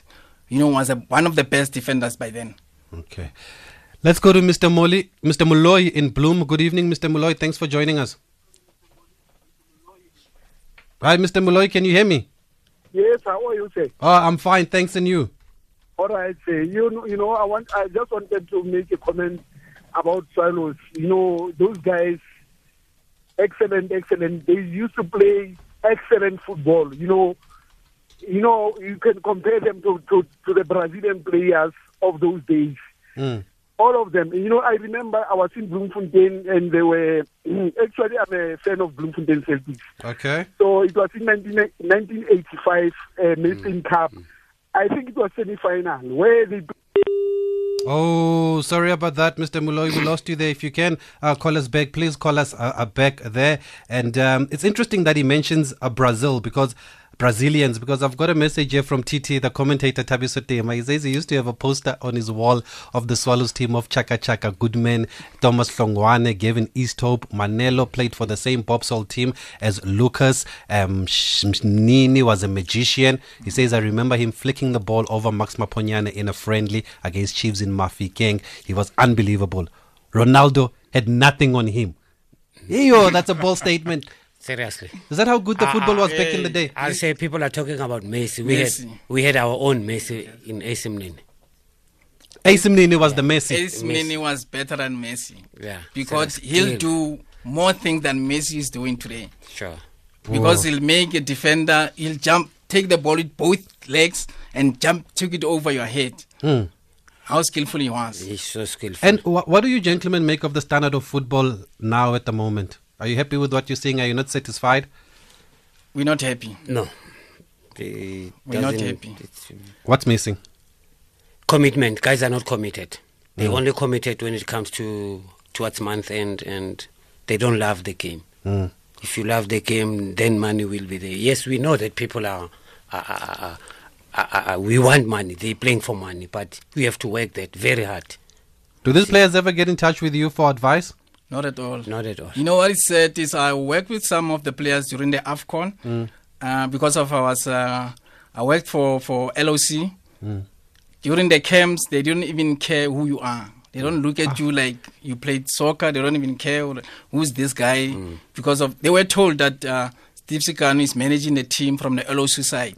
S3: you know was a, one of the best defenders by then
S2: Okay. Let's go to Mr. Moli, Mr. Muloy in Bloom. Good evening, Mr. Muloy. Thanks for joining us. Hi, Mr. Muloy. Can you hear me?
S6: Yes, how are you, sir?
S2: Oh, I'm fine. Thanks, and you?
S6: All right, sir. You know, you know, I want. I just wanted to make a comment about Swallows. You know, those guys, excellent, excellent. They used to play excellent football. You know, you know, you can compare them to to, to the Brazilian players of those days.
S2: Hmm.
S6: All of them. You know, I remember I was in Bloemfontein, and they were actually. I'm a fan of Bloemfontein Celtics.
S2: Okay.
S6: So it was in 19, 1985 uh, Mason Cup. I think it was semi-final where they
S2: Oh, sorry about that, Mr. Muloy. We lost you there. If you can uh, call us back, please call us uh, uh, back there. And um, it's interesting that he mentions uh, Brazil because Brazilians, because I've got a message here from TT, the commentator Tabiso Tema. He says he used to have a poster on his wall of the Swallows team of Chaka Chaka Goodman, Thomas Longwane, Gavin Easthope, Manelo played for the same Bobsol team as Lucas. Um, Sh- Nini was a magician. He says, I remember him flicking the ball over Max Maponyane in a friendly against Chiefs in Mafikeng. He was unbelievable. Ronaldo had nothing on him. Yo, that's a bold statement.
S4: Seriously.
S2: Is that how good the football
S4: Ah,
S2: was back in the day?
S4: I'll say people are talking about Messi. We
S3: Messi.
S4: had we had our own Messi in AC Milan.
S2: AC Nini was the Messi.
S3: Ace Mini was better than Messi
S4: Yeah.
S3: because
S4: So that's
S3: he'll
S4: clear.
S3: do more things than Messi is doing today
S4: Sure.
S3: because he'll make a defender, he'll jump, take the ball with both legs and jump, took it over your head.
S2: Hmm.
S3: How skillful he was.
S4: He's so skillful.
S2: And wha what do you gentlemen make of the standard of football now at the moment? Are you happy with what you're seeing? Are you not satisfied?
S3: We're not happy.
S4: no. It
S3: We're not
S4: doesn't-
S3: happy.
S4: it's-
S2: What's missing?
S4: commitment. Guys are not committed. They
S2: Mm.
S4: only committed when it comes to towards month end, and they don't love the game.
S2: Hmm.
S4: If you love the game, then money will be there. Yes, we know that people are. are, are, are are- are- are- we want money. They're playing for money, but we have to work that very hard.
S2: Do these players ever get in touch with you for advice?
S3: Not at all.
S4: Not at all.
S3: You know what it said is I worked with some of the players during the AFCON uh, because of I was uh, I worked for for LOC. During the camps, they don't even care who you are. They don't look at you like you played soccer. They don't even care who- who's this guy because of they were told that uh, Steve Sikano is managing the team from the LOC side.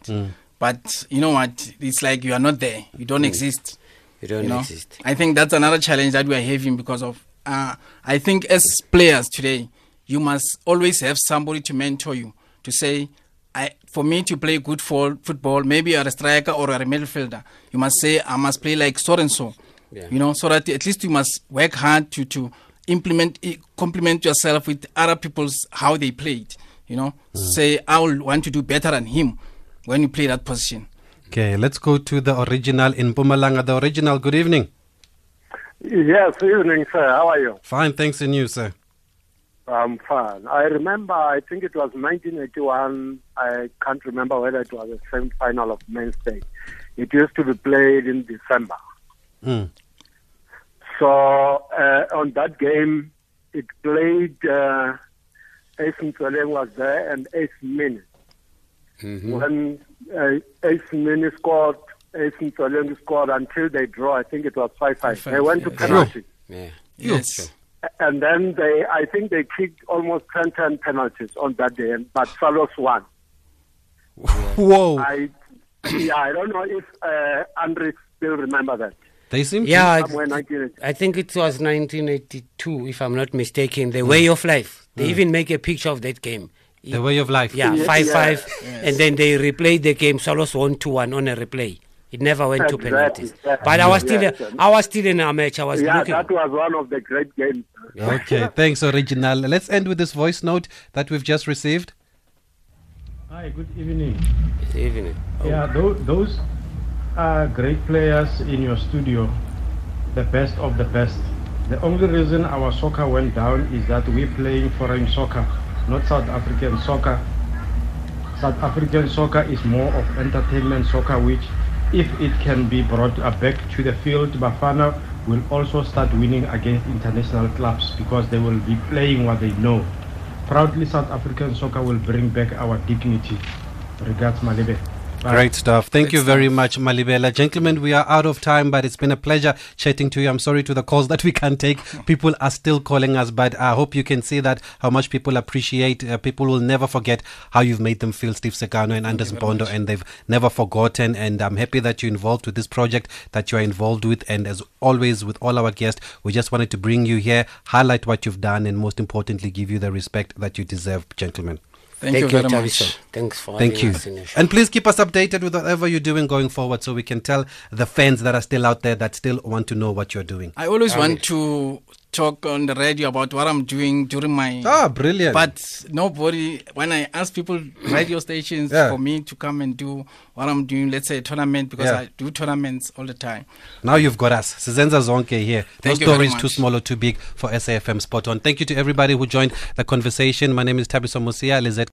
S3: But you know what? It's like you are not there. You don't exist
S4: You don't
S3: you know?
S4: exist.
S3: I think that's another challenge that we are having because of. Uh, I think as players today, you must always have somebody to mentor you to say, I for me to play good for football, maybe you're a striker or you're a midfielder. You must say I must play like so and so,
S4: Yeah.
S3: you know, so that at least you must work hard to to implement i- complement yourself with other people's how they played. You know,
S4: Mm.
S3: say I will want to do better than him when you play that position.
S2: Okay, let's go to the original in Bumalanga. The original, good evening.
S6: Yes, evening, sir. How are you?
S2: Fine, thanks, and you, sir.
S6: I'm fine. I remember, I think it was 1981. I can't remember whether it was the semi final of men's state. It used to be played in December.
S2: Mm.
S6: So uh, on that game, it played uh, Ace Mtsweleng was there and Ace Mini.
S2: Mm-hmm.
S5: Mm.
S6: When uh, Ace Mini scored, Ace Mtsweleng scored until they draw. I think it was 5 5. They went to
S3: Yeah.
S6: penalty.
S4: Yeah.
S3: Yes.
S6: And then they, I think they kicked almost 10 10 penalties on that day, and- but Salos won.
S2: Whoa.
S6: I, yeah, I don't know if uh, Andre still remember that.
S2: They seem to-
S4: Yeah,
S6: Somewhere
S4: I-
S6: 1980.
S4: I think it was 1982, if I'm not mistaken. The Way of Life. They even make a picture of that game.
S2: Hmm. the way of life.
S4: Yeah,
S6: Yeah.
S4: five five,
S3: Yes.
S4: and then they replayed the game. Solos won two one on a replay. It never went
S6: Exactly,
S4: to penalties.
S6: exactly.
S4: But I was still,
S6: Yes,
S4: a, I was still an amateur. I was
S6: Yeah,
S4: looking.
S6: that was one of the great games.
S2: Okay, thanks, Original. Let's end with this voice note that we've just received.
S11: Hi, good evening.
S4: Evening.
S11: Yeah, tho- those are great players in your studio, the best of the best. The only reason our soccer went down is that we're playing foreign soccer, not South African soccer. South African soccer is more of entertainment soccer, which, if it can be brought uh, back to the field, Bafana will also start winning against international clubs because they will be playing what they know. Proudly, South African soccer will bring back our dignity. Regards, Malebe. Bye.
S2: Great stuff. Thank you very much, Malibela. Gentlemen, we are out of time, but it's been a pleasure chatting to you. I'm sorry to the calls that we can't take. People are still calling us, but I hope you can see that how much people appreciate. Uh, people will never forget how you've made them feel, Steve Segano and Anders Mpondo, and they've never forgotten. And I'm happy that you're involved with this project that you're involved with. And as always, with all our guests, we just wanted to bring you here, highlight what you've done, and most importantly, give you the respect that you deserve, gentlemen.
S3: Thank, you very
S4: Tabiso.
S3: much.
S4: Thanks for
S2: Thank
S4: having
S2: you.
S4: us in your show.
S2: And please keep us updated with whatever you're doing going forward so we can tell the fans that are still out there that still want to know what you're doing.
S3: I always want to talk on the radio about what I'm doing during my.
S2: Ah, brilliant.
S3: But nobody, when I ask people, radio stations
S2: Yeah.
S3: for me to come and do what I'm doing, let's say a tournament, because
S2: Yeah.
S3: I do tournaments all the time.
S2: now you've got us. Sizenza Zonke here. No
S3: Thank you very
S2: story is too
S3: much.
S2: small or too big for SAFM Spot On. Thank you to everybody who joined the conversation. My name is Tabiso Musia, Lizette